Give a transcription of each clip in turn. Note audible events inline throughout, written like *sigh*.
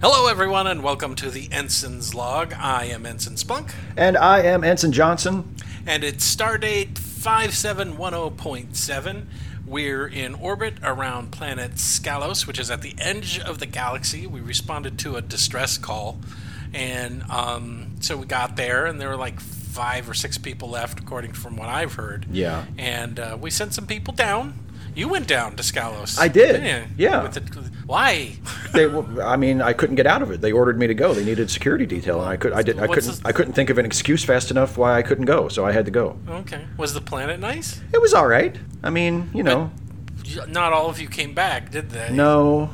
Hello, everyone, and welcome to the Ensign's Log. I am Ensign Splunk, And I am Ensign Johnson. and it's Stardate 5710.7. We're in orbit around planet Scalos, which is at the edge of the galaxy. We responded to a distress call, and um, so we got there, and there were like five or six people left, according from what I've heard. Yeah. And uh, we sent some people down. You went down to Scalos. I did, didn't you? yeah. With the- why? *laughs* They, w- I mean, I couldn't get out of it. They ordered me to go. They needed security detail, and I could, I did, I What's couldn't, this- I couldn't think of an excuse fast enough why I couldn't go. So I had to go. okay. Was the planet nice? It was all right. I mean, you know, not all of you came back, did they? no,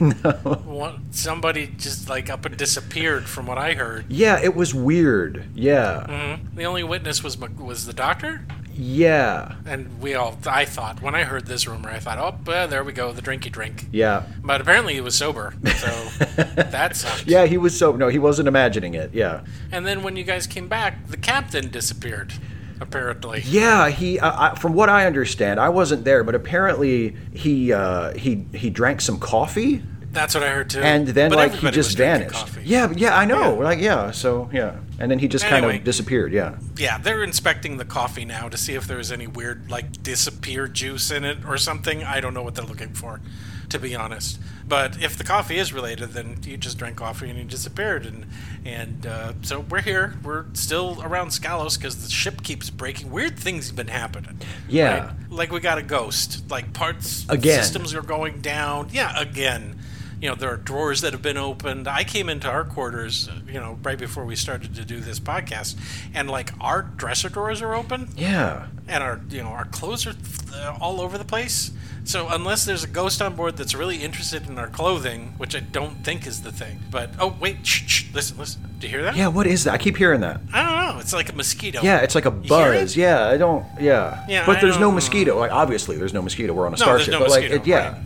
no. One, somebody just like up and disappeared, from what I heard. Yeah, it was weird. Yeah, The only witness was Mc- was the doctor, yeah, and we all. I thought when I heard this rumor, I thought, oh, uh, there we go, the drinky drink. yeah, But apparently, he was sober, so *laughs* that sucked. yeah. He was so no, he wasn't imagining it. Yeah, And then when you guys came back, the captain disappeared. Apparently, yeah. He, I, I, from what I understand, I wasn't there, but apparently he, uh, he, he drank some coffee. that's what I heard too. and then But like he everybody just was drinking vanished. coffee. Yeah, yeah, I know. Like yeah, so yeah, and then he just kind Anyway. of disappeared. Yeah, yeah, they're inspecting the coffee now to see if there's any weird, like, disappear juice in it or something. I don't know what they're looking for, to be honest. But if the coffee is related, then you just drank coffee and you disappeared. And and uh, so we're here. We're still around Scalos because the ship keeps breaking. Weird things have been happening. Yeah. Right? Like we got a ghost. Like parts Again. systems are going down. Yeah, again. You know, there are drawers that have been opened. I came into our quarters, you know, right before we started to do this podcast, and like our dresser drawers are open yeah, and our, you know, our clothes are uh, all over the place. So unless there's a ghost on board that's really interested in our clothing, which I don't think is the thing. But oh wait, shh, shh, listen, listen. Do you hear that? yeah. What is that? I keep hearing that. I don't know. It's like a mosquito. Yeah, it's like a hear it? buzz. Yeah, I don't. Yeah, Yeah, but I there's no don't- mosquito. Like obviously, there's no mosquito. We're on a No, there's starship. no but like, mosquito, it- yeah, right.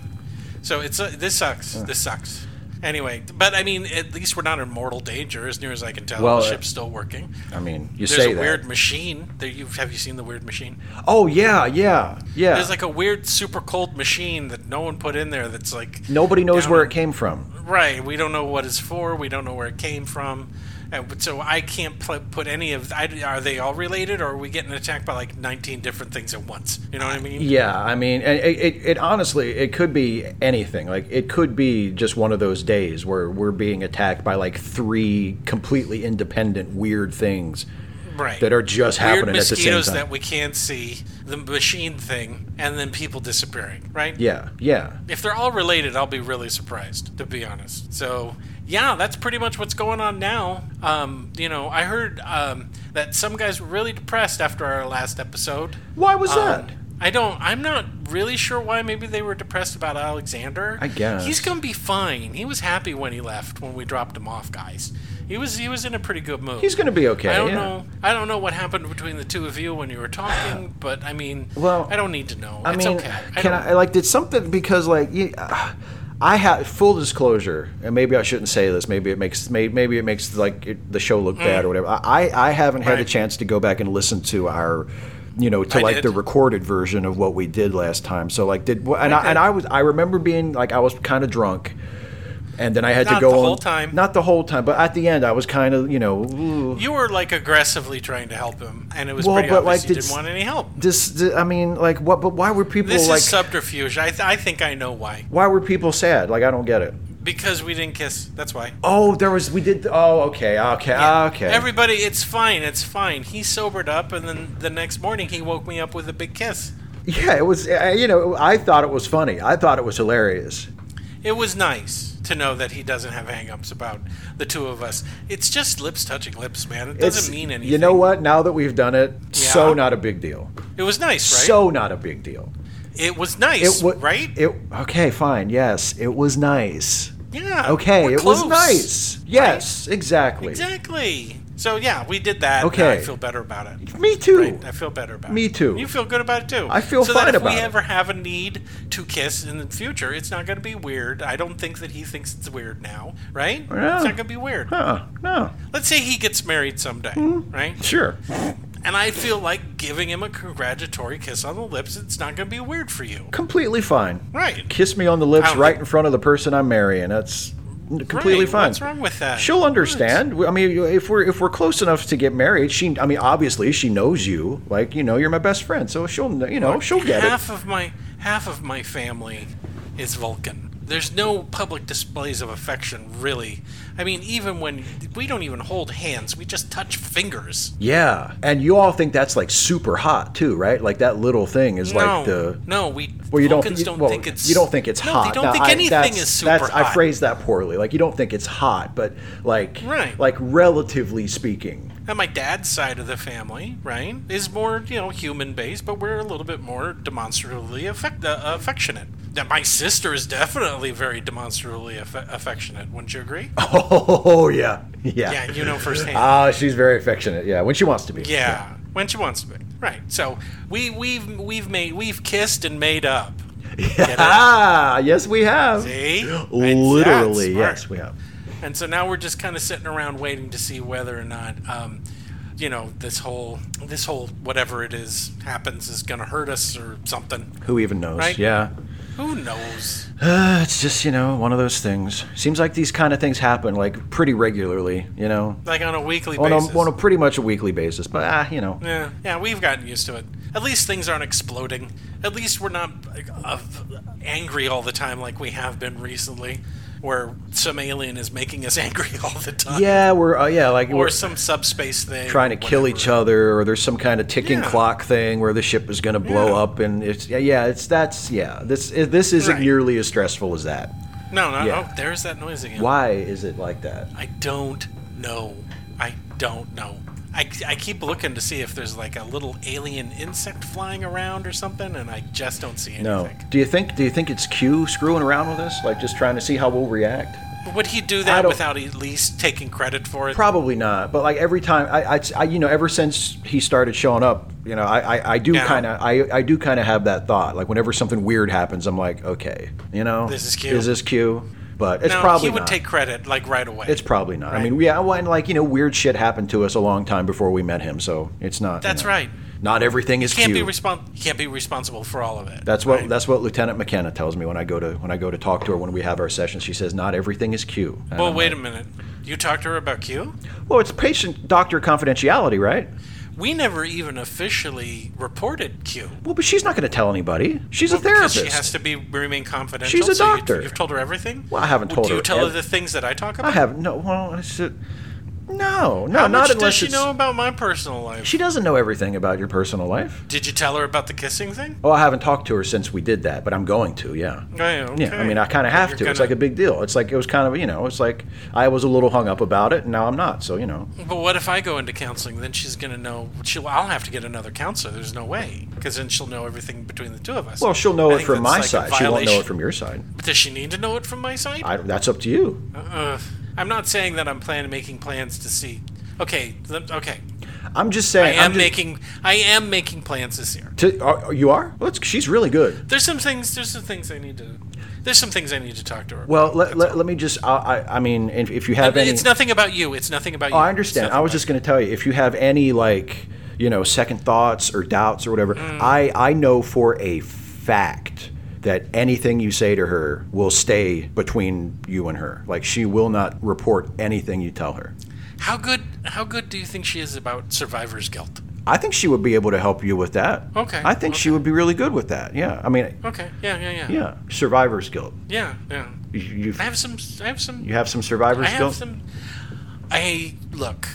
So it's uh, this sucks. This sucks. Anyway, but I mean, at least we're not in mortal danger, as near as I can tell. Well, the uh, ship's still working. I mean, you There's say a that. weird machine. There, you have you seen the weird machine? oh yeah, yeah, yeah. There's like a weird super cold machine that no one put in there. That's like Nobody knows down where in- it came from. Right. We don't know what it's for. We don't know where it came from. Uh, but so I can't pl- put any of. I, are they all related, or are we getting attacked by like 19 different things at once? You know what I mean? Yeah, I mean, and it, it, it honestly, it could be anything. Like, it could be just one of those days where we're being attacked by like three completely independent weird things. right. that are just Weird happening at the same mosquitoes time. that we can't see, the machine thing, and then people disappearing. Right. yeah, yeah, If they're all related, I'll be really surprised, to be honest. So, yeah, that's pretty much what's going on now. Um, you know, I heard um, that some guys were really depressed after our last episode. Why was Um, that? I don't. I'm not really sure why. Maybe they were depressed about Alexander. I guess. he's gonna be fine. He was happy when he left. When we dropped him off, guys, he was he was in a pretty good mood. He's going to be okay. I don't yeah. know. I don't know what happened between the two of you when you were talking, but I mean, Well, I don't need to know. I it's mean, okay. I can don't- I like did something because like you, uh, I had full disclosure, and maybe I shouldn't say this. Maybe it makes maybe, maybe it makes like it, the show look bad or whatever. I I haven't had a Mm. Right. chance to go back and listen to our. You know, to I like the did. recorded version of what we did last time. So like, did and I Okay. and I was I remember being like I was kind of drunk, and then I had Not to go the on- whole time. Not the whole time, but at the end I was kind of you know. ooh. You were like aggressively trying to help him, and it was Well, pretty but, obvious like, you did didn't s- want any help. This, th- I mean, like, what? But why were people This like? is subterfuge. I, th- I think I know why. why were people sad? Like, I don't get it. Because we didn't kiss. That's why. Oh, there was. We did. Oh, okay, okay, okay. Everybody, it's fine. It's fine. He sobered up, and then the next morning he woke me up with a big kiss. yeah, it was. Uh, you know, I thought it was funny. I thought it was hilarious. It was nice to know that he doesn't have hangups about the two of us. It's just lips touching lips, man. It doesn't It's- mean anything. You know what? Now that we've done it, so Yeah. not a big deal. It was nice, right? So not a big deal. it was nice, It was right? It okay, fine. Yes, it was nice. yeah. Okay, we're it close. was nice. Yes, exactly. Exactly. So yeah, we did that. Now Okay. I feel better about it. Me too. Right, I feel better about it. Me too. You feel good about it too. I feel so fine that if about we it. ever have a need to kiss in the future, it's not going to be weird. I don't think that he thinks it's weird now, right? Yeah. It's not going to be weird. Huh? Hmm. No. Let's say he gets married someday, right? Sure. And I feel like giving him a congratulatory kiss on the lips. It's not going to be weird for you, Completely fine. right? Kiss me on the lips Ow. right in front of the person I'm marrying. That's completely Right, fine. what's wrong with that? She'll understand. I mean, if we're if we're close enough to get married, she. I mean, obviously, she knows you. Like, you know, you're my best friend, so she'll. kn- You know, she'll get it. half of my half of my family is Vulcan. There's no public displays of affection, really. I mean, even when we don't even hold hands, we just touch fingers. Yeah, and you all think that's like super hot too, right? Like that little thing is no, like the. no, we Well, you don't, Vulcans you- don't well, think it's you don't think it's no, hot. They don't Now, think I- anything that's- is super that's- hot. I phrased that poorly. Like you don't think it's hot, but like Right. like relatively speaking, *laughs* And my dad's side of the family, right, is more you know human based, but we're a little bit more demonstratively affect- uh, affectionate. Now, my sister is definitely very demonstratively aff- affectionate. Wouldn't you agree? Oh yeah, yeah. Yeah, you know *laughs* firsthand. Ah, she's very affectionate. Yeah, when she wants to be. Yeah, when she wants to be. Right. So we we've we've made we've kissed and made up. Get it? *laughs* Ah, yes, we have. See? Literally, That's yes, smart. we have. And so now we're just kind of sitting around waiting to see whether or not, um, you know, this whole this whole whatever it is happens is going to hurt us or something. Who even knows? Right? Yeah. Who knows? Uh, it's just you know one of those things. Seems like these kind of things happen like pretty regularly. You know, Like on a weekly on a, basis. on a pretty much a weekly basis. But ah, you know. Yeah, yeah, we've gotten used to it. At least things aren't exploding. At least we're not like, uh, angry all the time like we have been recently, where some alien is making us *laughs* angry all the time. Yeah, we're uh, yeah like Or we're some subspace thing. trying to kill whatever. each other, or there's some kind of ticking Yeah. clock thing where the ship is going to blow Yeah. up, and it's yeah, yeah, it's that's yeah. This this isn't Right. nearly as stressful as that. No, no, Yeah. no. There's that noise again. Why is it like that? I don't know. I don't know. I, I keep looking to see if there's like a little alien insect flying around or something, and I just don't see anything. No. Do you think do you think it's Q screwing around with us? Like just trying to see how we'll react? Would he do I that don't- without at least taking credit for it? Probably not. But like every time I, I, I you know, ever since he started showing up, you know, I, I, I do Yeah. kinda I, I do kinda have that thought. Like whenever something weird happens, I'm like, okay, you know This is Q. Is this Q? But it's no, probably he would not. take credit like right away. it's probably not. I mean, yeah, well, and like you know, weird shit happened to us a long time before we met him, so it's not. you That's know, right. Not everything is can't Q. be respon- he can't be responsible for all of it. That's what right? that's what Lieutenant McKenna tells me when I go to when I go to talk to her when we have our sessions. She says not everything is Q. And Well, I'm wait a like, minute. You talked to her about Q? Well, it's patient doctor confidentiality, right? We never even officially reported Q. Well, but she's not going to tell anybody. She's a Because therapist. She has to be remain confidential. She's a so you- doctor. you've told her everything. Well, I haven't Well, told Do you her tell her ev- the things that I talk about? I have no. Well, I said no, no, How not much unless does she it's- know about my personal life? She doesn't know everything about your personal life. Did you tell her about the kissing thing? Oh, I haven't talked to her since we did that, but I'm going to. Yeah. Oh, yeah, okay. Yeah, I mean, I kind of have You're to. It's gonna- like a big deal. It's like it was kind of, you know, it's like I was a little hung up about it, and now I'm not. So, you know, But what if I go into counseling? Then she's gonna know. She'll. I'll have to get another counselor. There's no way, because then she'll know everything between the two of us. well, she'll know I it think from that's my like a side. She won't know violation. it from your side. Does she need to know it from my side? I, that's up to you. Uh, I'm not saying that I'm planning making plans to see. Okay, th- okay. I'm just saying. I am I'm just- making I am making plans this year. To, are, you are? Let's, she's really good. There's some things. There's some things I need to. There's some things I need to talk to her. Well, let, let, let me just. I, I, I mean, if, if you have any. it's nothing about you. It's nothing about you. Oh, I understand. It's I nothing was just going to tell you if you have any like you know second thoughts or doubts or whatever. Mm. I I know for a fact that anything you say to her will stay between you and her. Like she will not report anything you tell her. about- How good? How good do you think she is about survivor's guilt? I think she would be able to help you with that. Okay, I think she would be really good with that. Yeah. I mean, Okay. Yeah. Yeah. Yeah. yeah. Survivor's guilt. Yeah. Yeah. You you've- I have some. I have some. you have some survivor's I guilt. have some. I look.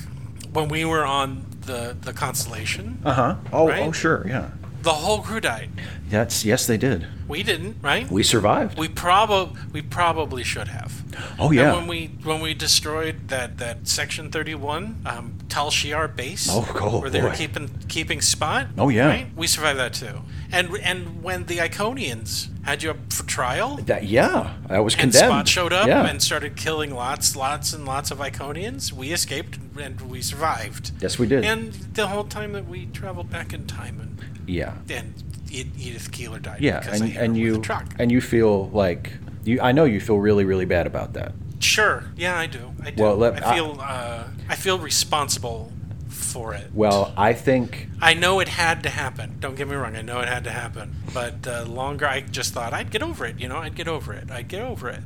When we were on the the constellation, uh huh. Oh Right? oh sure yeah. the whole crew died. That's yes they did. We didn't, right? We survived. We probably we probably should have. oh yeah. And when we when we destroyed that, that section thirty one um, Tal Shiar base, Oh, oh, where they were boy. keeping keeping spot. Oh, yeah. right? we survived that too. And and when the Iconians had you up for trial, That yeah, I was and condemned. Spot showed up Yeah. and started killing lots, lots, and lots of Iconians, we escaped and we survived. yes, we did. And the whole time that we traveled back in time, and, yeah, and Ed- Edith Keeler died. yeah, because I and, hit and her with you a truck. and you feel like you. I know you feel really really bad about that. Sure. Yeah, I do. I do. Well, let- I feel uh, I feel responsible for it. Well, I think I know it had to happen. Don't get me wrong. I know it had to happen. But uh, longer, I just thought I'd get over it. You know, I'd get over it. I'd get over it.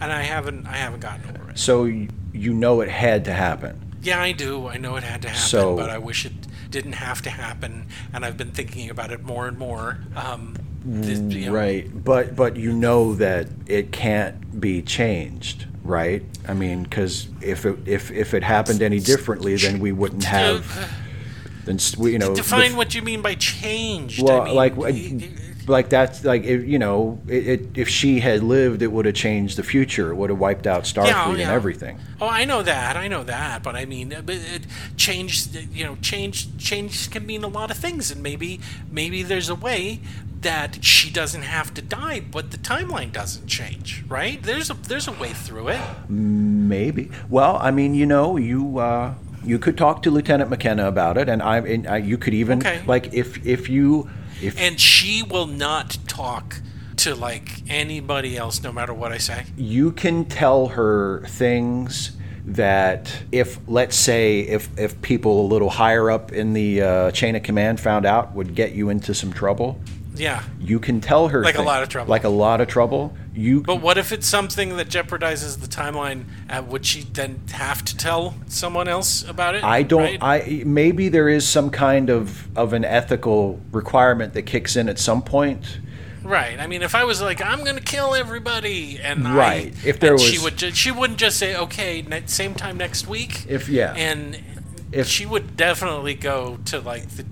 and I haven't I haven't gotten over it. So y- you know it had to happen. Yeah, I do. I know it had to happen, So- but I wish it didn't have to happen. And I've been thinking about it more and more. Um, this, you know, Mm, Right. But but you know that it can't be changed, right? I mean, cuz if it if if it happened any differently then we wouldn't have then s- we, you know the Define what you mean by changed. Well, I mean, like, y- y- like that's like if, you know, it, it, if she had lived, it would have changed the future. It would have wiped out Starfleet Yeah, oh, yeah. and everything. Oh, I know that. I know that. But I mean, uh, but it change. You know, change. Change can mean a lot of things, and maybe, maybe there's a way that she doesn't have to die, but the timeline doesn't change. Right? There's a there's a way through it. Maybe. Well, I mean, you know, you uh, you could talk to Lieutenant McKenna about it, and I, and I you could even Okay. like if if you if And she will not talk to like anybody else, no matter what I say. you can tell her things that if let's say if if people a little higher up in the uh, chain of command found out would get you into some trouble. Yeah. You can tell her Like a thi- lot of trouble. Like a lot of trouble. You But what if it's something that jeopardizes the timeline? Uh, would she then have to tell someone else about it? I don't. right? I maybe there is some kind of of an ethical requirement that kicks in at some point. Right. I mean, if I was like, I'm going to kill everybody, and I- Right. If there and she was- would, ju- she wouldn't just say, okay, ne- same time next week. If- yeah. and If- she would definitely go to like the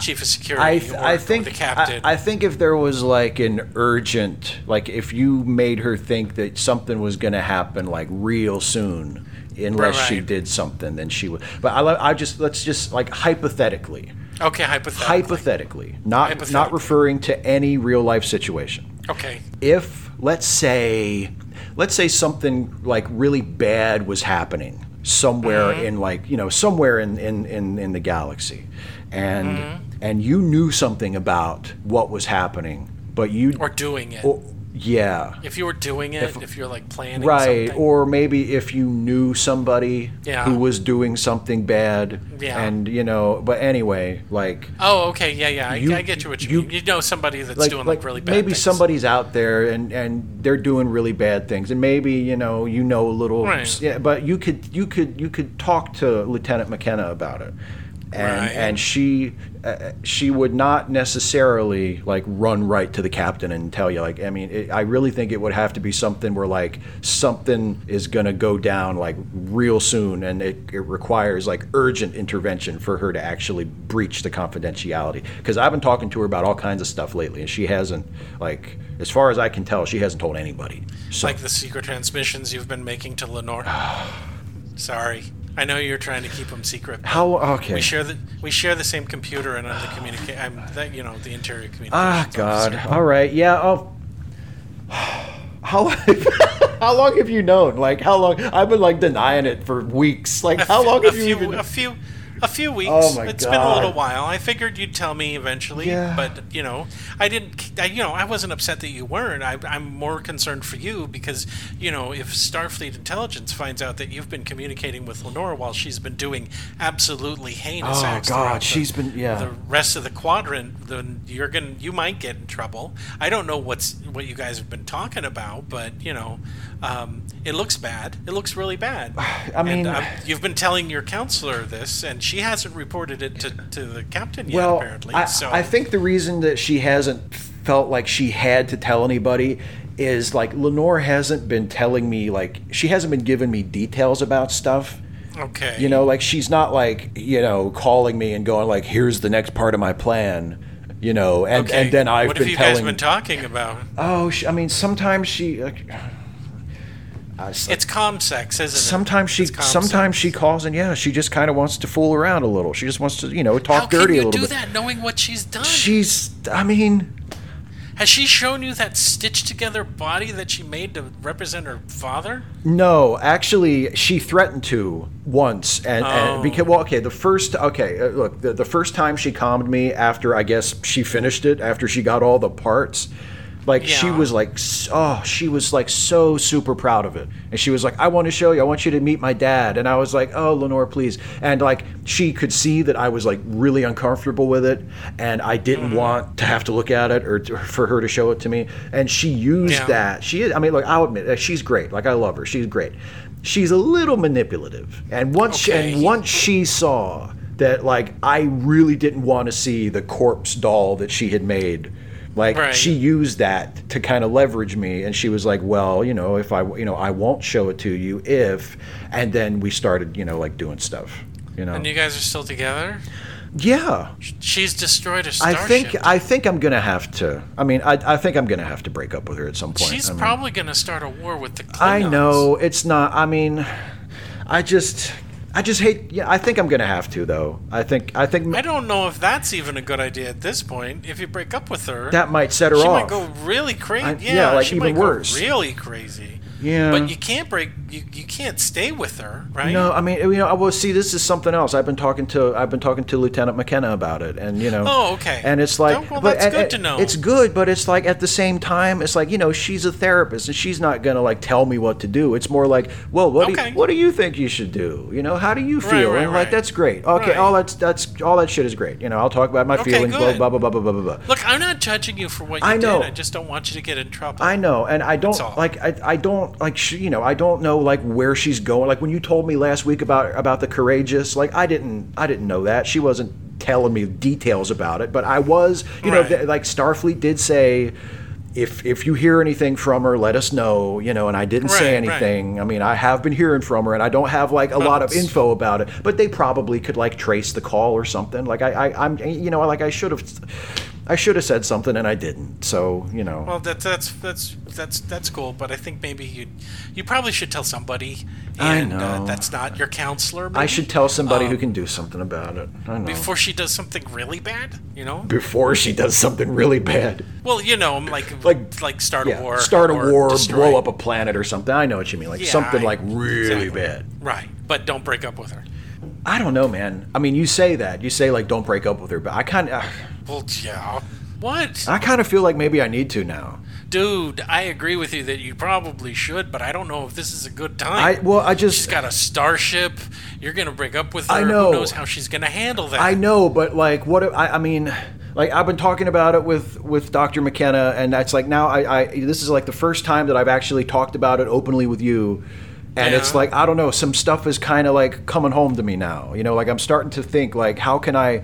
chief of security I th- or, I or think the captain. I, I think if there was like an urgent, like if you made her think that something was going to happen like real soon, unless she Right. did something, then she would. But I lo- I just let's just like hypothetically, okay, hypothetically. hypothetically, not not Hypothetically. referring to any real life situation. okay. if let's say let's say something like really bad was happening somewhere Mm-hmm. in like you know somewhere in in in, in the galaxy and Mm-hmm. and you knew something about what was happening but you Or doing it. or- yeah if you were doing it, if, you're like planning right something. or maybe if you knew somebody Yeah. who was doing something bad Yeah. and you know but anyway like oh, okay. Yeah, yeah. I, You- I get you what you, you- mean. You know somebody that's like, doing like, like really bad maybe things. somebody's out there and and they're doing really bad things and maybe you know you know a little Right. yeah, but you could you could you could talk to lieutenant mckenna about it and Right. and she uh, she would not necessarily like run right to the captain and tell you like i mean it, i really think it would have to be something where like something is going to go down like real soon and it, it requires like urgent intervention for her to actually breach the confidentiality because i've been talking to her about all kinds of stuff lately and she hasn't like as far as i can tell she hasn't told anybody so like the secret transmissions you've been making to *sighs* Lenore. Sorry, I know you're trying to keep them secret. but how okay We share the we share the same computer, and I'm the communica- I'm that you know the interior communication. Ah, God. All right. Yeah. Oh. *sighs* How *laughs* how long have you known? Like how long? I've been like denying it for weeks. Like how long *laughs* a have few, you even? A few, a few weeks. Oh, my It's been a little God. while. I figured you'd tell me eventually, Yeah. but you know, I didn't. I, you know, I wasn't upset that you weren't. I, I'm more concerned for you because you know, if Starfleet intelligence finds out that you've been communicating with Lenora while she's been doing absolutely heinous Oh, acts, God, throughout the- she's been- yeah. the rest of the quadrant, then you're gonna you might get in trouble. I don't know what's what you guys have been talking about, but you know, um, it looks bad. It looks really bad. *sighs* I mean- And, um, you've been telling your counselor this, and she hasn't reported it to, to the captain yet. well, apparently, I, so I think the reason that she hasn't felt like she had to tell anybody is like Lenore hasn't been telling me like she hasn't been giving me details about stuff. okay, You know, like she's not like you know calling me and going like, "Here's the next part of my plan." You know, and okay. and then I've what been have you telling. guys been talking about? Oh, she, I mean, sometimes she. Like, I s- It's comsex, isn't it? sometimes she. It's comsex. Sometimes she calls and yeah, she just kind of wants to fool around a little. She just wants to, you know, How talk can dirty you a little do bit. that knowing what she's done? She's. I mean, Has she shown you that stitched together body that she made to represent her father? no. Actually, she threatened to once, and, Oh. and because well, okay, the first okay, uh, look, the, the first time she calmed me after I guess she finished it after she got all the parts. Like she Yeah. was like, s- oh, she was like so super proud of it, and she was like, I want to show you, I want you to meet my dad, and I was like, oh, Lenore, please, and like she could see that I was like really uncomfortable with it, and I didn't Mm-hmm. want to have to look at it or to, for her to show it to me, and she used Yeah. that. She, is, I mean, look, I'll admit, uh, she's great. Like I love her, she's great. She's a little manipulative, and once Okay. and once she saw that like I really didn't want to see the corpse doll that she had made. Like Right. she used that to kind of leverage me and she was like, "Well, you know, if I you know, I won't show it to you if." And then we started, you know, like doing stuff, you know. And you guys are still together? yeah. She's destroyed a I starship. think I think I'm going to have to. I mean, I I think I'm going to have to break up with her at some point. She's I mean, probably going to start a war with the Klingons. I know it's not. I mean, I just I just hate yeah, I think I'm going to have to though. I think I think I don't know if that's even a good idea at this point. If you break up with her, that might set her she off. might go really crazy. I- yeah, yeah, like she even might worse. Go really crazy. Yeah. But you can't break. You, you can't stay with her, right? No, I mean, you know, well, see, this is something else. I've been talking to I've been talking to Lieutenant McKenna about it, and you know, Oh, okay. And it's like, Oh, well, but- that's and- good and to know. It's good, but it's like at the same time, it's like you know, she's a therapist, and she's not gonna like tell me what to do. It's more like, well, what do Okay. you, what do you think you should do? You know, how do you feel? right, and like right. that's great. Okay, Right. all that's that's all that shit is great. You know, I'll talk about my Okay, feelings. Blah good. blah blah blah blah blah blah. Look, I'm not judging you for what you I know. did. I just don't want you to get in trouble. I know, and I don't all. like I, I don't like she, you know I don't know like where she's going. Like when you told me last week about about the courageous, like I didn't I didn't know that she wasn't telling me details about it, but I was you know Right. th- like Starfleet did say. If, if you hear anything from her, let us know, you know, and I didn't say Right, right. anything. I mean, I have been hearing from her and I don't have like a lot of it's- info about it, but they probably could like trace the call or something. Like I, I I'm, you know, like I should have, I should have said something and I didn't. So, you know, Well, that, that's that's that's that's cool, but I think maybe you you probably should tell somebody. I And, Uh, know. that's not your counselor. I maybe, should tell somebody who can do something about it. I know. Before, before she does something really bad. You know. she does something really bad. Well, you know, like Like- like like start Yeah. a war, Start a or war, destroy- blow up a planet or something. I know what you mean. Like Yeah, something I- like really exactly. bad. Right, but don't break up with her. I don't know, man. I mean, you say that. You say like don't break up with her, but I kind of Well, yeah. What? I kind of feel like maybe I need to now. Dude, I agree with you that you probably should, but I don't know if this is a good I time. well, I she's just got a starship. You're going to break up with her. I know. Who knows how she's going to handle that? I know, but like, what? if- I, I mean, like, I've been talking about it with with Dr. McKenna, and that's like now. I, I this is like the first time that I've actually talked about it openly with you, and it's Yeah. like I don't know. Some stuff is kind of like coming home to me now. You know, like I'm starting to think like, how can I?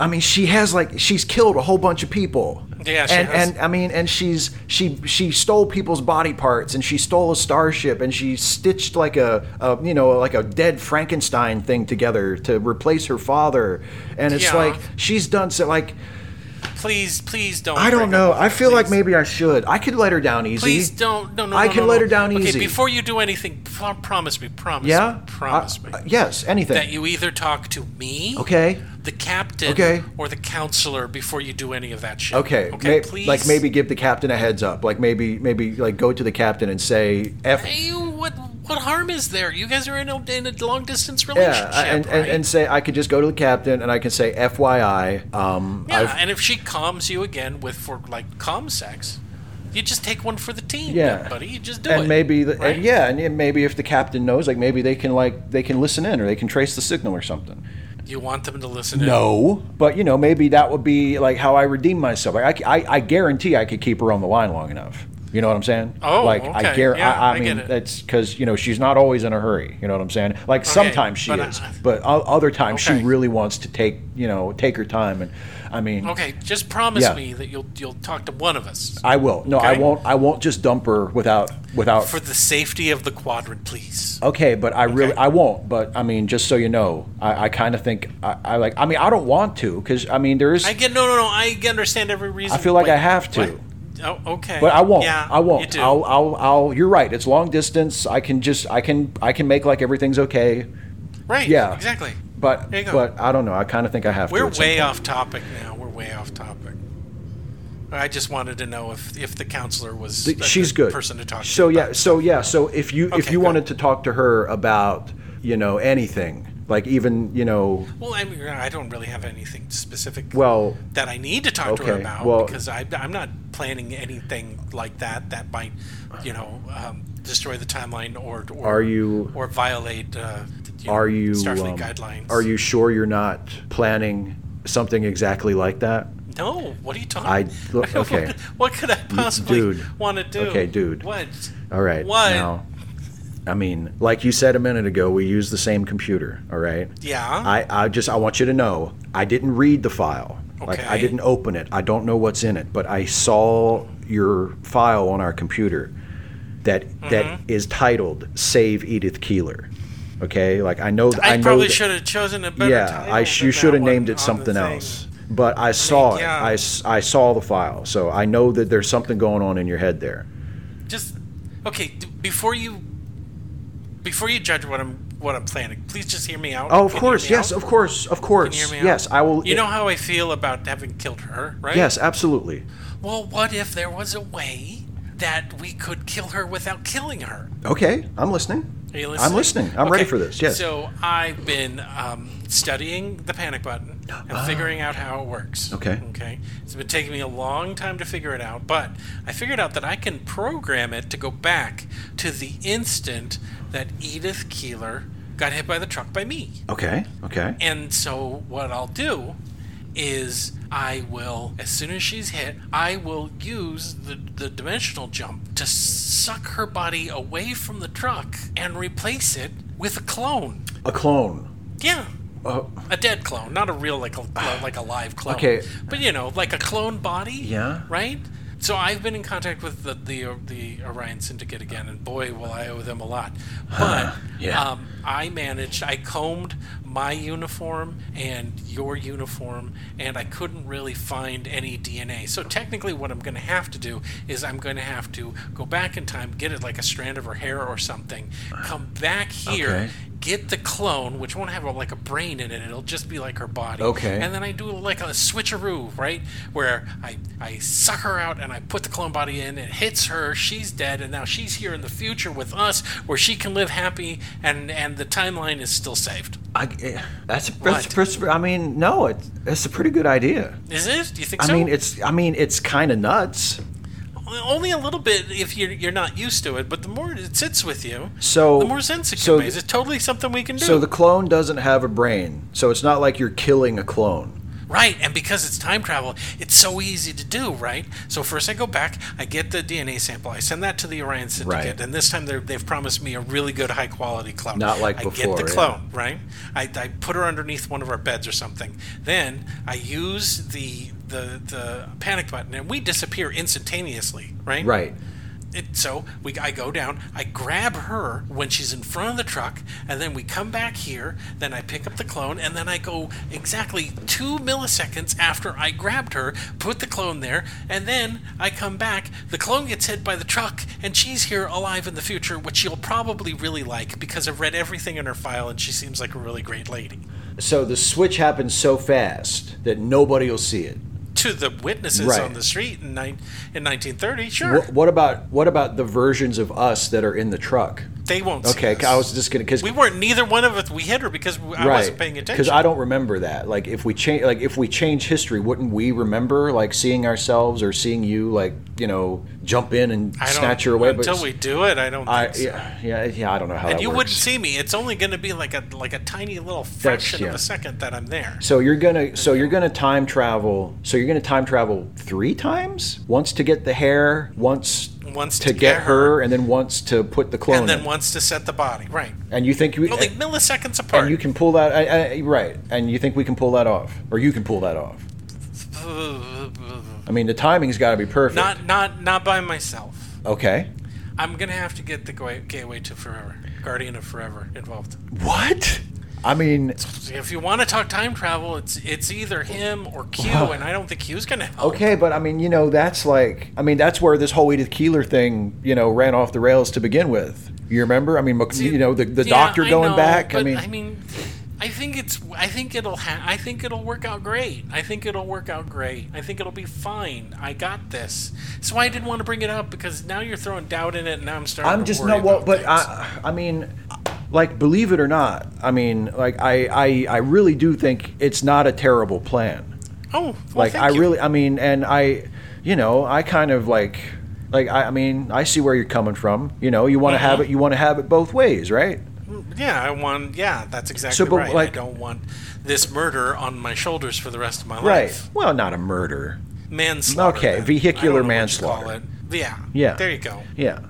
I mean, she has like she's killed a whole bunch of people. Yeah, she and has. and I mean, and she's she she stole people's body parts, and she stole a starship, and she stitched like a, a you know like a dead Frankenstein thing together to replace her father, and it's Yeah. like she's done so. Like please, please don't. break I don't up know. with her, I feel like please. maybe I should. I could let her down easy. Please don't. No, no, I no, can no, let no. her down okay, easy. Before you do anything, pro- promise me. Promise yeah, me. Promise I- me. uh, yes, anything. that you either talk to me, okay. the captain, Okay. or the counselor before you do any of that shit. Okay. Okay. may- please. Like maybe give the captain a heads up. Like maybe maybe like go to the captain and say F Hey, what what harm is there? You guys are in a, in a long distance Yeah, relationship, I- and, and, right? and say I could just go to the captain and I can say FYI. Um, yeah, I've, and if she calms you again with for like calm sex, you just take one for the team, Yeah. buddy. You just do it. and maybe the, right? and yeah, and yeah, maybe if the captain knows, like maybe they can like they can listen in or they can trace the signal or something. you want them to listen. in. No, but you know maybe that would be like how I redeem myself. Like, I, I I guarantee I could keep her on the line long enough. You know what I'm saying? Oh, like I okay. guarantee. Yeah, I, I I mean get it. that's because you know she's not always in a hurry. You know what I'm saying? Like sometimes she but I- is, but o- other times Okay. she really wants to take you know take her time and I mean Okay, just promise Yeah. me that you'll you'll talk to one of us I will. No, I Okay. won't. I won't just dump her without without. for the safety of the quadrant, please. okay, but I really Okay. I won't. But I mean, just so you know, I, I kind of think I, I like. I mean, I don't want to because I mean there is. I I, get no, no, no. I understand every reason. feel like Wait, I have to, what? Oh, okay. but I won't. Yeah, I won't. You do. I'll, I'll. I'll. You're right. It's long distance. I can just. I can. I can make like everything's okay. right. yeah. Exactly. But There you go. but I don't know. I kind of think I have to. We're at some way point. off topic now. We're way off topic. I just wanted to know if, if the counselor was a she's good person to talk to. so yeah so yeah so if you if Okay, you good. wanted to talk to her about you know anything Like even you know, Well, I mean, I don't really have anything specific well, that I need to talk to her Okay, about well- because I, I'm not planning anything like that that might, you know, um, destroy the timeline or or, are you or violate uh, you know, are you Starfleet um, guidelines. Are you sure you're not planning something exactly like that? No, what are you talking? *laughs* I- look, okay. what could I possibly dude. want to do? Okay, dude. What? All right. What? Now, I mean, like you said a minute ago, we use the same computer. All right. Yeah. I, I just I want you to know I didn't read the file. Like I Okay. didn't open it. I don't know what's in it, but I saw your file on our computer that that Mm-hmm. is titled "Save Edith Keeler." Okay, like I know. th- I, I, know probably that- should have chosen a better Yeah, title I sh- than you that should have one named on it the something thing. else. But I saw it. yeah. I, s- I saw the file, so I know that there's something going on in your head there. Just okay. d- Before you, before you judge what I'm what I'm planning, please just hear me out. Oh, Can you of hear course, me yes, out? of course, of course, Can you hear me yes. out? I will. eh You know how I feel about having killed her, right? yes, absolutely. Well, what if there was a way that we could kill her without killing her? Okay, I'm listening. Are you listening? I'm listening. I'm ready Okay, for this. Yes. So I've been um, studying the panic button and figuring out how it works. Ah. Okay. Okay. It's been taking me a long time to figure it out, but I figured out that I can program it to go back to the instant that Edith Keeler got hit by the truck by me. okay. Okay. And so what I'll do is I will, as soon as she's hit, I will use the, the dimensional jump to suck her body away from the truck and replace it with a clone. A clone. Yeah. Oh, A dead clone, not a real like a like a live clone. Ah. Okay. But you know, like a clone body. Yeah. Right. So I've been in contact with the the, uh, the Orion Syndicate again, and boy, will I owe them a lot. But Yeah. um, I managed. I combed my uniform and your uniform, and I couldn't really find any DNA. So technically, what I'm going to have to do is I'm going to have to go back in time, get it like a strand of her hair or something, Uh-huh. come back here Okay. get the clone, which won't have a, like a brain in it. It'll just be like her body. Okay. And then I do like a switcheroo, right? Where I I suck her out and I put the clone body in. It hits her. She's dead, and now she's here in the future with us, where she can live happy, and and the timeline is still saved. I, eh, that's, What? that's, that's I mean, no, it's that's a pretty good idea. Is it? Do you think I so? Hmm. mean, it's I mean, it's kind of nuts. only a little bit if you're you're not used to it. But the more it sits with you, So the more sense it so can make. th- It's totally something we can do. So the clone doesn't have a brain, so it's not like you're killing a clone. Right, and because it's time travel, it's so easy to do, right? So first I go back, I get the DNA sample, I send that to the Orion Syndicate, Right. and this time they're- they've promised me a really good high quality clone. Not like I before, get yeah. the clone, right? I, I put her underneath one of our beds or something. Then I use the the the panic button, and we disappear instantaneously, right? Right. It, so we, I go down, I grab her when she's in front of the truck, and then we come back here. Then I pick up the clone, and then I go exactly two milliseconds after I grabbed her, put the clone there, and then I come back. The clone gets hit by the truck, and she's here alive in the future, which you'll probably really like because I've read everything in her file, and she seems like a really great lady. So the switch happens so fast that nobody will see it. To the witnesses Right. on the street in, nine in 1930, sure, What, what about what about the versions of us that are in the truck? they won't. Okay, see us. I was just gonna because We weren't. Neither one of us. We hit her because I wasn't paying attention. Because I don't remember that. Like if we change, like if we change history, wouldn't we remember like seeing ourselves or seeing you like you know jump in and I don't- snatch her away? until but we do it. I don't. Think I, so. yeah, yeah, yeah, I don't know how that You works. wouldn't see me. It's only going to be like a like a tiny little fraction of yeah. a second that I'm there. So you're gonna so you're gonna time travel. So you're gonna time travel three times. Once to get the hair, once Once to, get, her, and then once to put the clone. and then in. wants to set the body right. and you think you Only and, milliseconds apart. you can pull that I, I, right? And you think we can pull that off, or you can pull that off? I mean, the timing's got to be *laughs* perfect. not not not by myself. okay. I'm gonna have to get the Gua- gateway to forever, Guardian of Forever involved. What? I mean, If you want to talk time travel, it's it's either him or Q, and I don't think Q's gonna help. okay, but I mean, you know, that's like, I mean, that's where this whole Edith Keeler thing, you know, ran off the rails to begin with. You remember? I mean, Mc- you know, the, the Yeah, doctor I going know, back. I but mean, I mean, I think it's. I think it'll. Ha- I think it'll work out great. I think it'll work out great. I think it'll be fine. I got this. So I didn't want to bring it up because now you're throwing doubt in it, and now I'm starting. I'm to just worry no well, about but things. I, I mean, like believe it or not, I mean, like I I, I really do think it's not a terrible plan. Oh, well, Like thank I you. really I mean, and I you know, I kind of like like I, I mean, I see where you're coming from. You know, you want to have it you want to have it both ways, right? Yeah, I want. Yeah, that's exactly but, right. I like- don't want this murder on my shoulders for the rest of my Right. life. Well, not a murder. Manslaughter. Okay, then. I vehicular don't know what you call manslaughter. it. Yeah. Yeah. There you go. Yeah.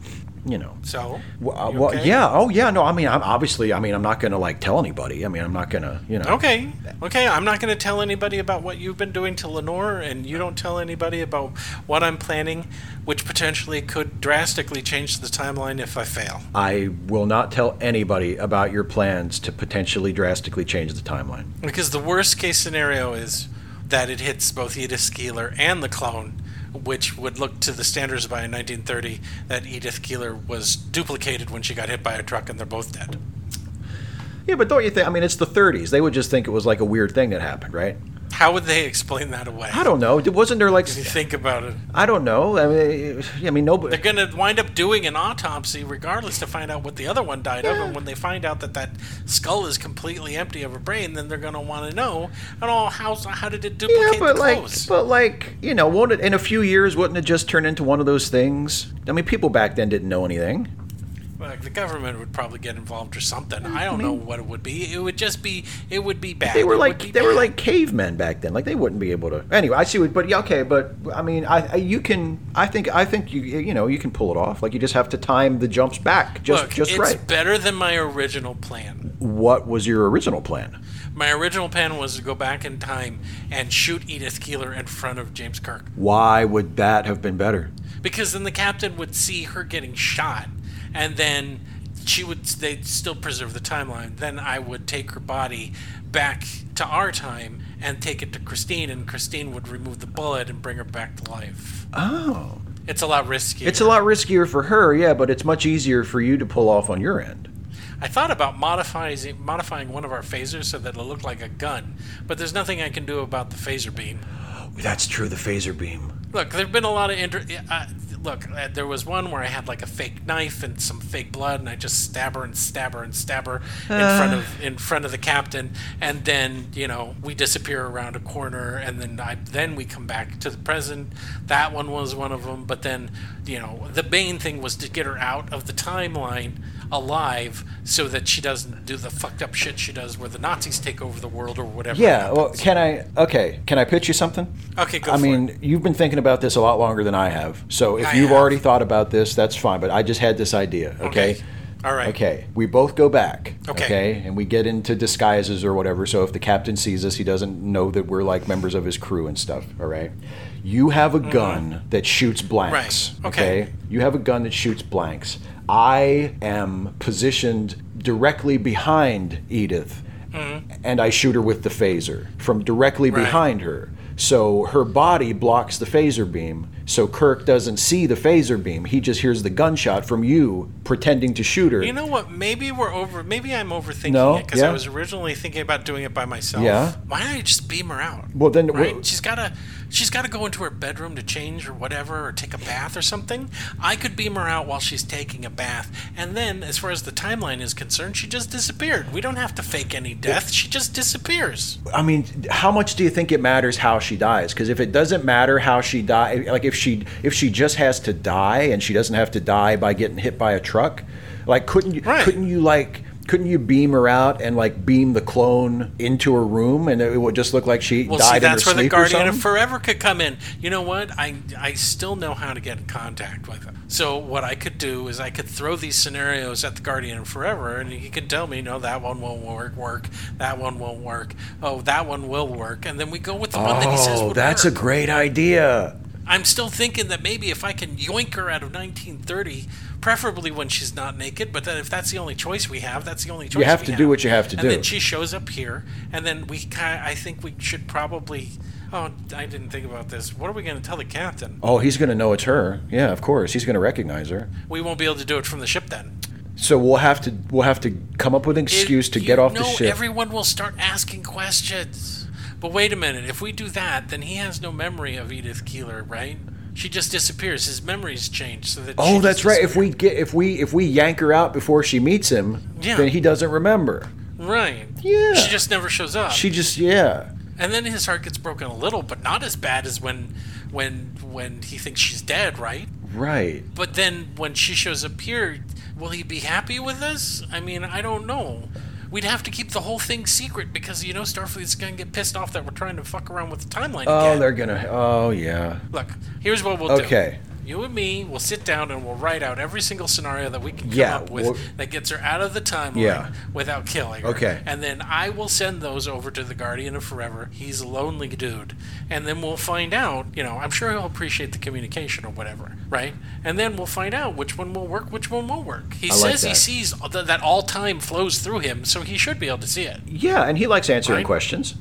You know. So. Well, uh, you well okay? yeah. Oh, yeah. No, I mean, I'm obviously, I mean, I'm not going to like tell anybody. I mean, I'm not going to, you know. Okay. Okay. I'm not going to tell anybody about what you've been doing to Lenore, and you don't tell anybody about what I'm planning, which potentially could drastically change the timeline if I fail. I will not tell anybody about your plans to potentially drastically change the timeline. Because the worst case scenario is that it hits both Edith Keeler and the clone, which would look to the standards by 1930 that Edith Keeler was duplicated when she got hit by a truck and they're both dead. Yeah, but don't you think? I mean, it's the 30s. They would just think it was like a weird thing that happened, right? How would they explain that away? I don't know. Wasn't there like, If you think about it, I don't know. I mean, I mean, they're nobody. going to wind up doing an autopsy regardless to find out what the other one died of. And when they find out that that skull is completely empty of a brain, then they're going to want to know, oh, how, how did it Yeah, duplicate but the like, clothes? but like, you know, won't it in a few years? Wouldn't it just turn into one of those things? I mean, people back then didn't know anything. Like the government would probably get involved or something. I don't know what it would be. It would just be. It would be bad. They were It would like be they were bad. like cavemen back then. Like they wouldn't be able to. Anyway, I see. What, but yeah, okay. But I mean, I, I you can. I think I think you you know you can pull it off. Like you just have to time the jumps back just Look, just it's right. better than my original plan. What was your original plan? My original plan was to go back in time and shoot Edith Keeler in front of James Kirk Why would that have been better? because then the captain would see her getting shot, and then she would. They'd still preserve the timeline. Then I would take her body back to our time and take it to Christine, and Christine would remove the bullet and bring her back to life. Oh, It's a lot riskier. it's a lot riskier for her, yeah, but it's much easier for you to pull off on your end. I thought about modifying modifying one of our phasers so that it looked like a gun, but there's nothing I can do about the phaser beam. That's true. The phaser beam. Look, there've been a lot of inter- uh, look. Uh, there was one where I had like a fake knife and some fake blood, and I just stab her and stab her and stab her in Uh. front of in front of the captain, and then you know we disappear around a corner, and then I then we come back to the present. That one was one of them, but then you know the main thing was to get her out of the timeline alive so that she doesn't do the fucked up shit she does where the Nazis take over the world or whatever. Yeah. Well, can I? Okay. Can I pitch you something? Okay, go I for mean, you've been thinking about this a lot longer than I have. So if I you've have. already thought about this, that's fine. But I just had this idea. Okay. Okay. All right. Okay. We both go back. Okay. And we get into disguises or whatever. So if the captain sees us, he doesn't know that we're like members of his crew and stuff. All right. You have a gun that shoots blanks. Mm-hmm. Right. Okay. You have a gun that shoots blanks. I am positioned directly behind Edith, and I shoot her with the phaser from directly Mm-hmm. Right. behind her. So her body blocks the phaser beam. So Kirk doesn't see the phaser beam. He just hears the gunshot from you pretending to shoot her. You know what? Maybe we're over. Maybe I'm overthinking No, it because yeah. I was originally thinking about doing it by myself. Yeah. Why don't I just beam her out? well, then Right? she's gotta, she's gotta go into her bedroom to change or whatever, or take a bath or something. I could beam her out while she's taking a bath, and then, as far as the timeline is concerned, she just disappeared. We don't have to fake any death. She just disappears. I mean, how much do you think it matters how she dies? Because if it doesn't matter how she dies, like if she if she just has to die and she doesn't have to die by getting hit by a truck, like couldn't you Right. couldn't you like couldn't you beam her out and like beam the clone into a room and it would just look like she Well, died see, in that's her where the sleep or Guardian something? of Forever could come in. You know what? I I still know how to get in contact with him. So what I could do is I could throw these scenarios at the Guardian of Forever, and he could tell me, no, that one won't work. Work that one won't work. Oh, that one will work, and then we go with the one that he says oh, would that's a work. great idea. I'm still thinking that maybe if I can yoink her out of 1930, preferably when she's not naked, but then if that's the only choice we have, that's the only choice. have we to do what you have to and do. then she shows up here, and then we. ki- I think we should probably. Oh, I didn't think about this. What are we going to tell the captain? Oh, he's gonna know it's her. Yeah, of course, he's gonna recognize her. We won't be able to do it from the ship then. So we'll have to we'll have to come up with an excuse It- to you get off the know ship. Everyone will start asking questions. But wait a minute. If we do that, then he has no memory of Edith Keeler, right? She just disappears. His memories change so that. she Oh, just that's right. If disappears. we get if we if we yank her out before she meets him, Yeah. then he doesn't remember. right, Yeah. she just never shows up. She just yeah. and then his heart gets broken a little, but not as bad as when, when, when he thinks she's dead. Right. Right. But then when she shows up here, will he be happy with this? I mean, I don't know. We'd have to keep the whole thing secret because you know Starfleet's gonna get pissed off that we're trying to fuck around with the timeline Oh, again. they're gonna. Oh, yeah. Look, here's what we'll do. Okay. You and me will sit down and we'll write out every single scenario that we can come Yeah, up with we'll- that gets her out of the timeline Yeah. without killing her. Okay. And then I will send those over to the Guardian of Forever. He's a lonely dude. And then we'll find out, you know, I'm sure he'll appreciate the communication or whatever, right? And then we'll find out which one will work, which one won't work. He I like says he that. sees th- that all time flows through him, so he should be able to see it. Yeah, and he likes answering Right. questions.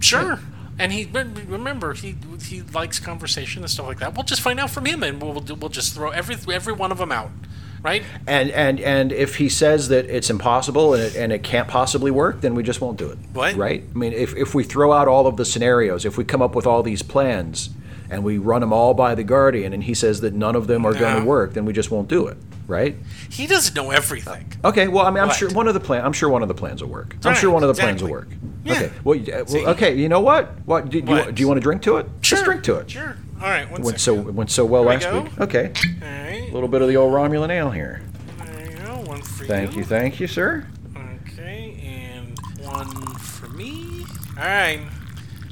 Sure. And he rem- remember he he likes conversation and stuff like that. We'll just find out from him, and we'll do- we'll just throw every every one of them out, right? And and and if he says that it's impossible and it, and it can't possibly work, then we just won't do it. What? Right? I mean, if if we throw out all of the scenarios, if we come up with all these plans, and we run them all by the guardian, and he says that none of them are going No. to work, then we just won't do it. Right? He doesn't know everything. Okay. Well, I mean, I'm Right. sure one of the plan. I'm sure one of the plans will work. I'm Right, sure one of the plans exactly. will work. Yeah. Okay. Well, you- uh, See? well, okay. You know what? What do, do What? you do? You want to drink to it? Sure. Just drink to it. Sure. All right. One Went so second. it went so well Here we last go. week. Okay. All A right. little bit of the old Romulan ale here. There you go. One for Thank you, thank you, sir. Okay, and one for me. All right.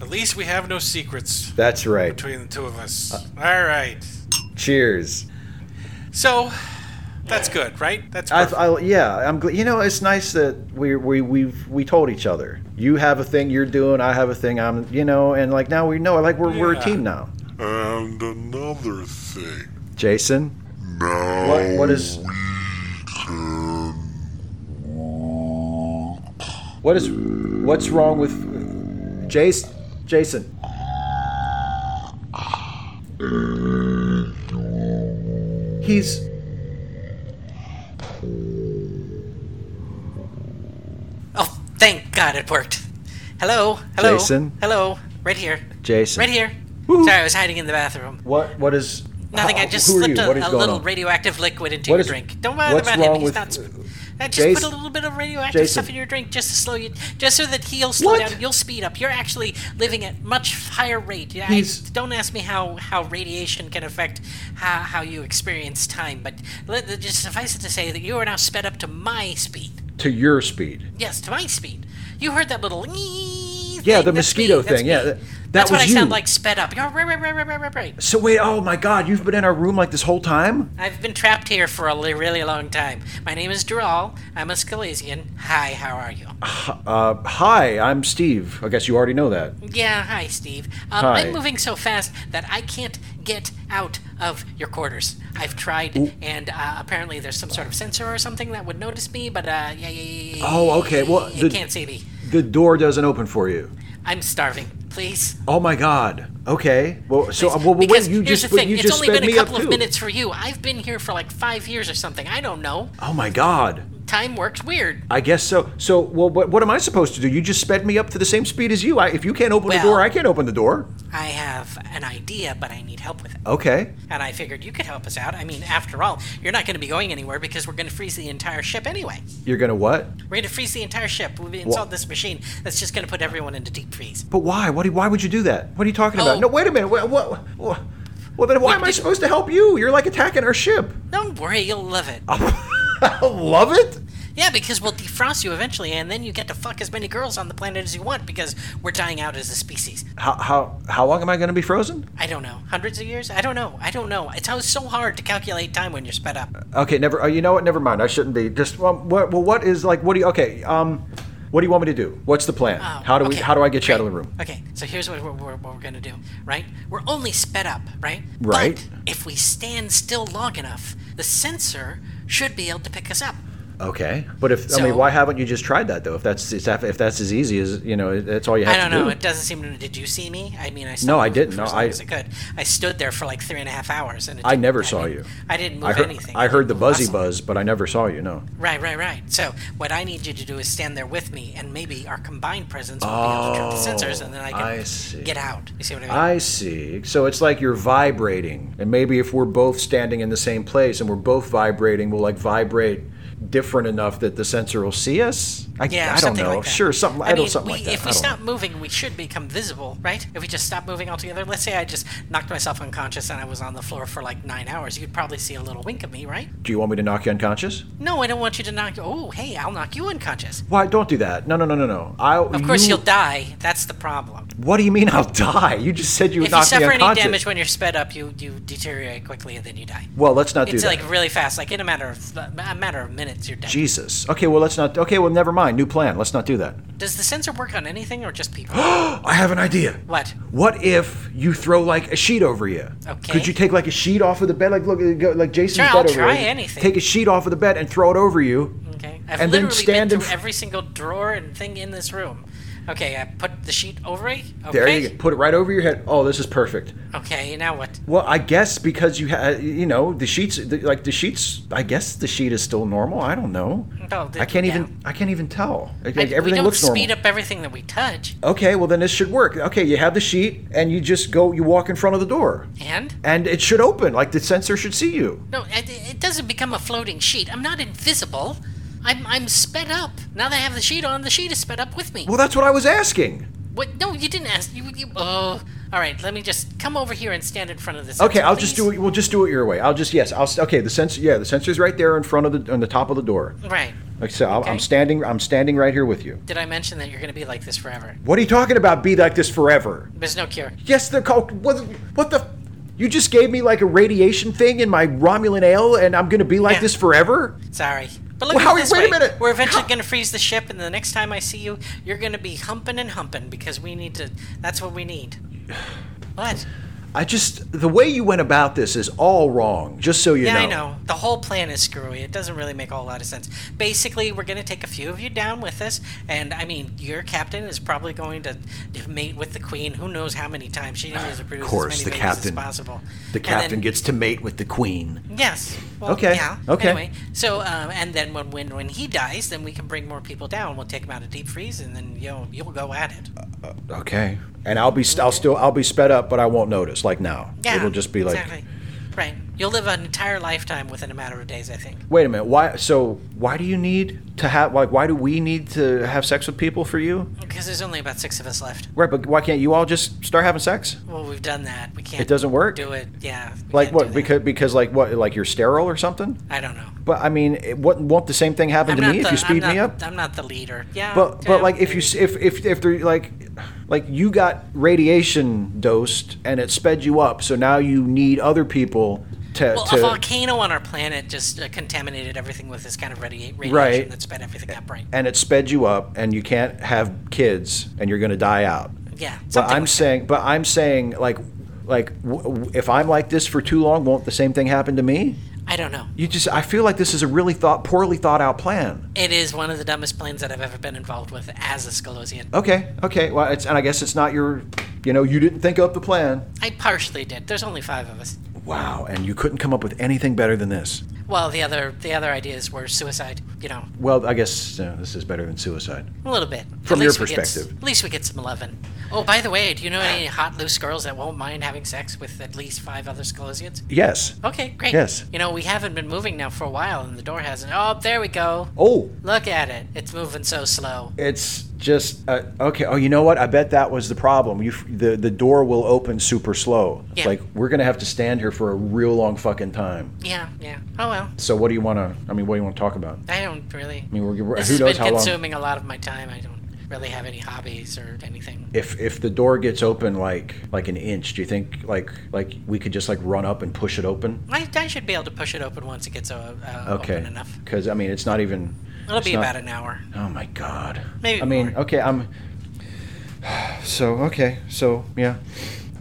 At least we have no secrets That's right. between the two of us. Uh, All right. Cheers. So that's good, right? That's I, perfect. I, yeah, I'm. Gl- you know, it's nice that we we we've we told each other. You have a thing you're doing. I have a thing I'm. You know, and like now we know. Like we're we're Yeah. a team now. And another thing. Jason, Now what what is what is what's wrong with Jason? Jason, he's Oh, thank God it worked. Hello, hello, Jason? hello, right here, Jason. right here. Sorry, I was hiding in the bathroom. What what is Nothing. I how- just who are slipped you? a, What is a going little on? radioactive liquid into What your is- drink. Don't bother what's about wrong him. He's with- not. sp- I just put a Jason- little bit of radioactive Jason. stuff in your drink just to slow you, just so that he'll slow What? down. You'll speed up. You're actually living at much higher rate. Yeah, I, He's- don't ask me how, how radiation can affect how, how you experience time, but let, just suffice it to say that you are now sped up to my speed. to your speed. Yes, to my speed. You heard that little ee Yeah, thing. the That's mosquito me, that's thing. me. Yeah, that- that that's what was I sound you. like sped up. You're right, right, right, right, right, right, right. So wait, oh my God, you've been in our room like this whole time? I've been trapped here for a li- really long time. My name is Dural. I'm a Scalesian. Hi, how are you? Uh, hi, I'm Steve. I guess you already know that. Yeah, hi, Steve. Um, Hi. I'm moving so fast that I can't get out of your quarters. I've tried, and uh, apparently there's some sort of sensor or something that would notice me, but uh, yeah, yeah, yeah, yeah. Oh, okay, well, you the- can't see me. The door doesn't open for you. I'm starving. Please. Oh my God. Okay. Well, so uh, well, well, because wait, you here's just the but thing. you it's just only sped been a me up couple of too. minutes for you. I've been here for like five years or something. I don't know. Oh my God. Time works weird. I guess so. So well, what, what am I supposed to do? You just sped me up to the same speed as you. I, if you can't open the Well- door, I can't open the door. I have an idea, but I need help with it. Okay. And I figured you could help us out. I mean, after all, you're not going to be going anywhere because we're going to freeze the entire ship anyway. You're gonna what? We're going to freeze the entire ship. We've installed this machine that's just going to put everyone into deep freeze. But why? What? do- Why would you do that? What are you talking about? Oh. No, wait a minute. What? what, what well, then why am I did- supposed to help you? You're like attacking our *laughs* ship. Don't worry, you'll love it. Ah. I love it. Yeah, because we'll defrost you eventually, and then you get to fuck as many girls on the planet as you want because we're dying out as a species. How how how long am I going to be frozen? I don't know. Hundreds of years? I don't know. I don't know. It's always so hard to calculate time when you're sped up. Okay, never. Oh, you know what? Never mind. I shouldn't be. Just well, what? Well, what is like? What do you? Okay. Um, what do you want me to do? What's the plan? Oh, how do we? okay. How do I get you out of the Great. room? Okay, so here's what we're, we're, what we're gonna do, right? We're only sped up, right? Right. But if we stand still long enough, the sensor should be able to pick us up. Okay, but if I So- mean, why haven't you just tried that though? If that's if that's as easy as you know, that's all you have I don't to know. do. It doesn't seem. to Did you see me? I mean, I stood No, I there didn't. for No, as I- long as I could. I stood there for like three and a half hours, and it I didn't- never saw you. didn't- I didn't move I heard anything. I heard the didn't move a buzzy muscle. buzz, but I never saw you. No. Right, right, right. So what I need you to do is stand there with me, and maybe our combined presence will be able to trip the sensors, and then I can Oh, I see. get out. You see what I mean? I see. So it's like you're vibrating, and maybe if we're both standing in the same place and we're both vibrating, we'll like vibrate different enough that the sensor will see us. I, yeah, I or don't something know. Like that. Sure, something. I, mean, know something we, like that. If I we don't stop know. moving, we should become visible, right? If we just stop moving altogether, let's say I just knocked myself unconscious and I was on the floor for like nine hours, you'd probably see a little wink of me, right? Do you want me to knock you unconscious? No, I don't want you to knock. Oh, hey, I'll knock you unconscious. Why? Don't do that. No, no, no, no, no. I. Of course, you, will die. That's the problem. What do you mean I'll die? You just said you would If you knock me suffer any unconscious. damage when you're sped up, you you deteriorate quickly and then you die. well, let's not do it's that. like really fast, like in a matter of a matter of minutes, you're dead. Jesus. Okay, well, let's not. Okay, well, never mind. New plan. Let's not do that. *gasps* Does the sensor work on anything or just people? I have an idea. what? What if you throw like a sheet over you? Okay. Could you take like a sheet off of the bed, like look, go- like Jason's Sure, bed I'll over try here. anything. Take a sheet off of the bed and throw it over you. Okay. I've And then literally stand in been through f- every single drawer and thing in this room. Okay, I put the sheet over it. Okay. There you go. Put it right over your head. Oh, this is perfect. Okay, now what? Well, I guess because you had, you know, the sheets, the, like the sheets. I guess the sheet is still normal. I don't know. No, Oh, the- I can't yeah. even. I can't even tell. Like, I- we everything don't looks normal. speed up everything that we touch. Okay, well then this should work. Okay, you have the sheet and you just go. You walk in front of the door. And? And it should open, like the sensor should see you. No, it, it doesn't become a floating sheet. I'm not invisible. I'm, I'm sped up. Now that I have the sheet on, the sheet is sped up with me. Well, that's what I was asking. What? No, you didn't ask. You, you, oh. All right, let me just come over here and stand in front of this. Okay, I'll just do it. We'll just do it your way. I'll just yes. I'll s- okay. The sensor, yeah, the sensor's right there in front of the on the top of the door. Right. Like so, I'll, Okay. I'm standing. I'm standing right here with you. Did I mention that you're going to be like this forever? What are you talking about? Be like this forever? There's no cure. Yes, they're called. What? What the? You just gave me like a radiation thing in my Romulan ale, and I'm gonna be like Yeah. this forever? Sorry. But look Well, at Howie, it this wait a way. minute. We're eventually How- going to freeze the ship, and the next time I see you, you're going to be humping and humping because we need to. That's what we need. What? I just the way you went about this is all wrong. Just so you Yeah, know. I know. The whole plan is screwy. It doesn't really make a whole lot of sense. Basically, we're going to take a few of you down with us, and I mean, your captain is probably going to mate with the queen. Who knows how many times *sighs* she needs to produce course, as the many babies captain- as The possible. And then- captain gets to mate with the queen. Yes. Well, Okay, Yeah. okay. Anyway, so um, and then when, when when he dies, then we can bring more people down. We'll take him out of deep freeze, and then you'll you'll go at it. Uh, Okay. And I'll be st- I'll still I'll be sped up, but I won't notice. Like now, Yeah. it'll just be like. exactly. Right. You'll live an entire lifetime within a matter of days, I think. Wait a minute. Why? So why do you need to have like? Why do we need to have sex with people for you? Because there's only about six of us left. Right, but why can't you all just start having sex? Well, we've done that. We can't. It doesn't work? Do it. Yeah. we Like can't do what? that. Because because like what? Like you're sterile or something? I don't know. But I mean, it, what won't the same thing happen to me if you speed I'm me not, up? I'm not the leader. Yeah. But but yeah, like if you s- maybe. if if if they're like like you got radiation dosed and it sped you up, so now you need other people to Well, to. a volcano on our planet just uh, contaminated everything with this kind of radi- radiation Right. that sped everything up, right? and it sped you up, and you can't have kids, and you're going to die out. Yeah. But something I'm like that. saying, but I'm saying, like, like w- w- if I'm like this for too long, won't the same thing happen to me? I don't know. You just, I feel like this is a really thought, poorly thought out plan. It is one of the dumbest plans that I've ever been involved with as a Scalosian. Okay, okay. Well, it's, and I guess it's not your, you know, you didn't think up the plan. I partially did. There's only five of us. Wow, and you couldn't come up with anything better than this. Well, the other the other ideas were suicide. You know, Well, I guess uh, this is better than suicide. a little bit. From At your least we get s- perspective. at least we get some eleven. Oh, by the way, do you know any hot loose girls that won't mind having sex with at least five other Scalosians? Yes. Okay, great. Yes. You know, we haven't been moving now for a while, and the door hasn't. Oh, there we go. Oh, Look at it. It's moving so slow. it's just uh, okay. Oh, you know what? I bet that was the problem. You f- the the door will open super slow. It's Yeah. Like we're gonna have to stand here for a real long fucking time. Yeah, yeah. Oh well. So what do you want to? I mean, what do you want to talk about? I don't really. I mean, we're, we're- This who has knows been how long? consuming a lot of my time. I don't really have any hobbies or anything. If if the door gets open like like an inch, do you think like like we could just like run up and push it open? I, I should be able to push it open once it gets uh, uh, Okay. open enough. Because I mean, it's not even. It'll it's be not- about an hour. Oh my god. Maybe I mean, more. okay, I'm. So okay, so yeah.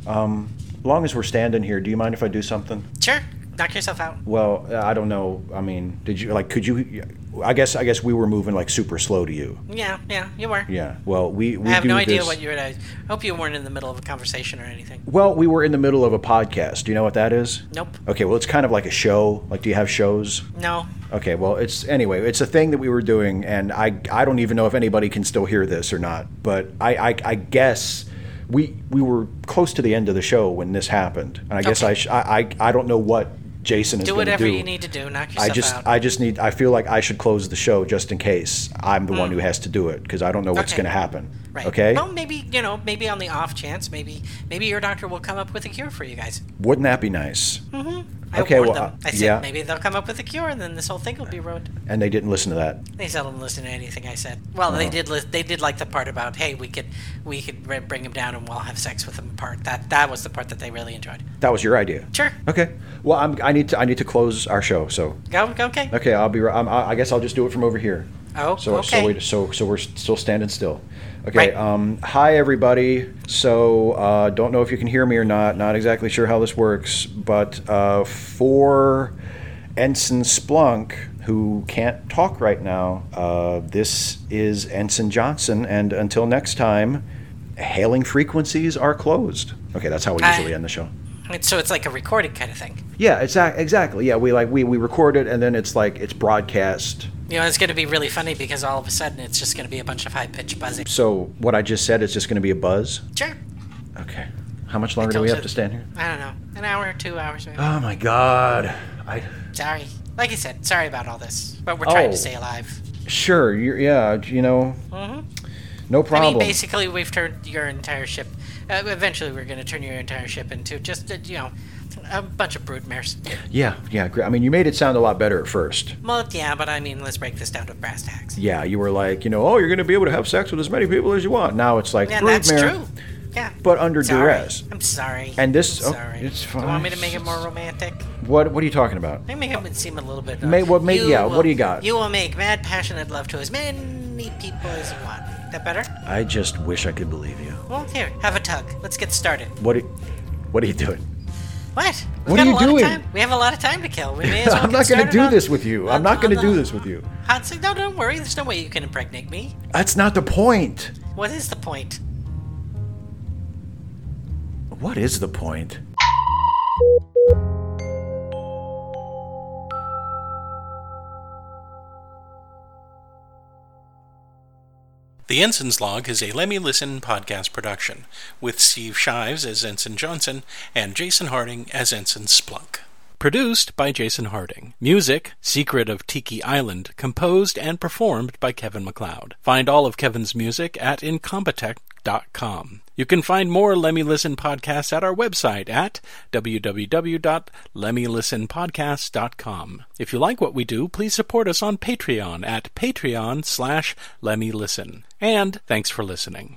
Um, long as we're standing here, do you mind if I do something? Sure. knock yourself out. Well, I don't know. I mean, did you like? Could you? I guess. I guess we were moving like super slow to you. Yeah, yeah, you were. Yeah. Well, we we I have do no idea this- what you were. I hope you weren't in the middle of a conversation or anything. Well, we were in the middle of a podcast. Do you know what that is? Nope. Okay. Well, it's kind of like a show. Like, do you have shows? No. Okay. Well, it's anyway. It's a thing that we were doing, and I I don't even know if anybody can still hear this or not. But I I, I guess. We, we were close to the end of the show when this happened, and I guess Okay. I, sh- I I I don't know what Jason is Do going to do. whatever you need to do. Knock I yourself just out. I just need I feel like I should close the show just in case I'm the one who has to do it because I don't know what's Mm. Okay. going to happen. right. Okay? Well, maybe you know, maybe on the off chance, maybe maybe your doctor will come up with a cure for you guys. Wouldn't that be nice? Hmm. I Okay, warned well, them. uh, I said yeah. maybe they'll come up with a cure, and then this whole thing will be ruined. And they didn't listen to that. They seldom listen to anything I said. Well, Oh. they did. Li- they did like the part about hey, we could we could re- bring him down and we'll have sex with him. Part that that was the part that they really enjoyed. That was your idea. Sure. Okay. Well, I'm I need to I need to close our show. So Go. go okay. okay, I'll be ri- I'm, I I guess I'll just do it from over here. Oh. So okay. so we so so we're still standing still. Okay. Right. Um, hi everybody. So uh, don't know if you can hear me or not. Not exactly sure how this works, but uh, for Ensign Splunk, who can't talk right now, uh, this is Ensign Johnson, and until next time, hailing frequencies are closed. Okay, that's how we Hi. usually end the show. It's- so it's like a recorded kind of thing. Yeah, exac- exactly. Yeah, we like we, we record it and then it's like it's broadcast You know, it's going to be really funny because all of a sudden it's just going to be a bunch of high pitched buzzing. So what I just said is just going to be a buzz. Sure. Okay. How much longer do told we have you. to stand here? I don't know. An hour or two hours. Maybe. Oh my God. I sorry. Like I said, sorry about all this, but we're trying Oh. to stay alive. sure. You're, yeah. You know. No Mm-hmm. I mean, problem. basically, we've turned your entire ship. Uh, eventually, we're going to turn your entire ship into just, uh, you know, a bunch of broodmares. yeah. Yeah. Great. I mean, you made it sound a lot better at first. Well, yeah, but I mean, let's break this down to brass tacks. Yeah. You were like, you know, oh, you're going to be able to have sex with as many people as you want. Now it's like, Yeah, brood that's mare. true. Yeah. But under Sorry. duress. I'm sorry. And this- I'm oh, sorry. it's Do you fine. want me to make it more romantic? What What are you talking about? Maybe make it seem a little bit. May- what may- yeah, what do you got? You will make mad, passionate love to as many people as you want. That better? I just wish I could believe you. Well, here, have a tug. Let's get started. What are, What are you doing? What? We've What got are a you lot of doing? time. We have a lot of time to *laughs* kill. We may as well I'm not get going to started do on- this with you. I'm on- not going to on do the- this with you. Hot seat? No, don't worry. There's no way you can impregnate me. That's not the point. What is the point? What is the point? The Ensign's Log is a Lemmy Listen podcast production, with Steve Shives as Ensign Johnson and Jason Harding as Ensign Splunk. Produced by Jason Harding. Music, Secret of Tiki Island, composed and performed by Kevin McLeod. Find all of Kevin's music at Incompetech.com. You can find more Lemmy Listen podcasts at our website at www.lemmylistenpodcast.com. If you like what we do, please support us on Patreon at patreon slash lemmylisten. And thanks for listening.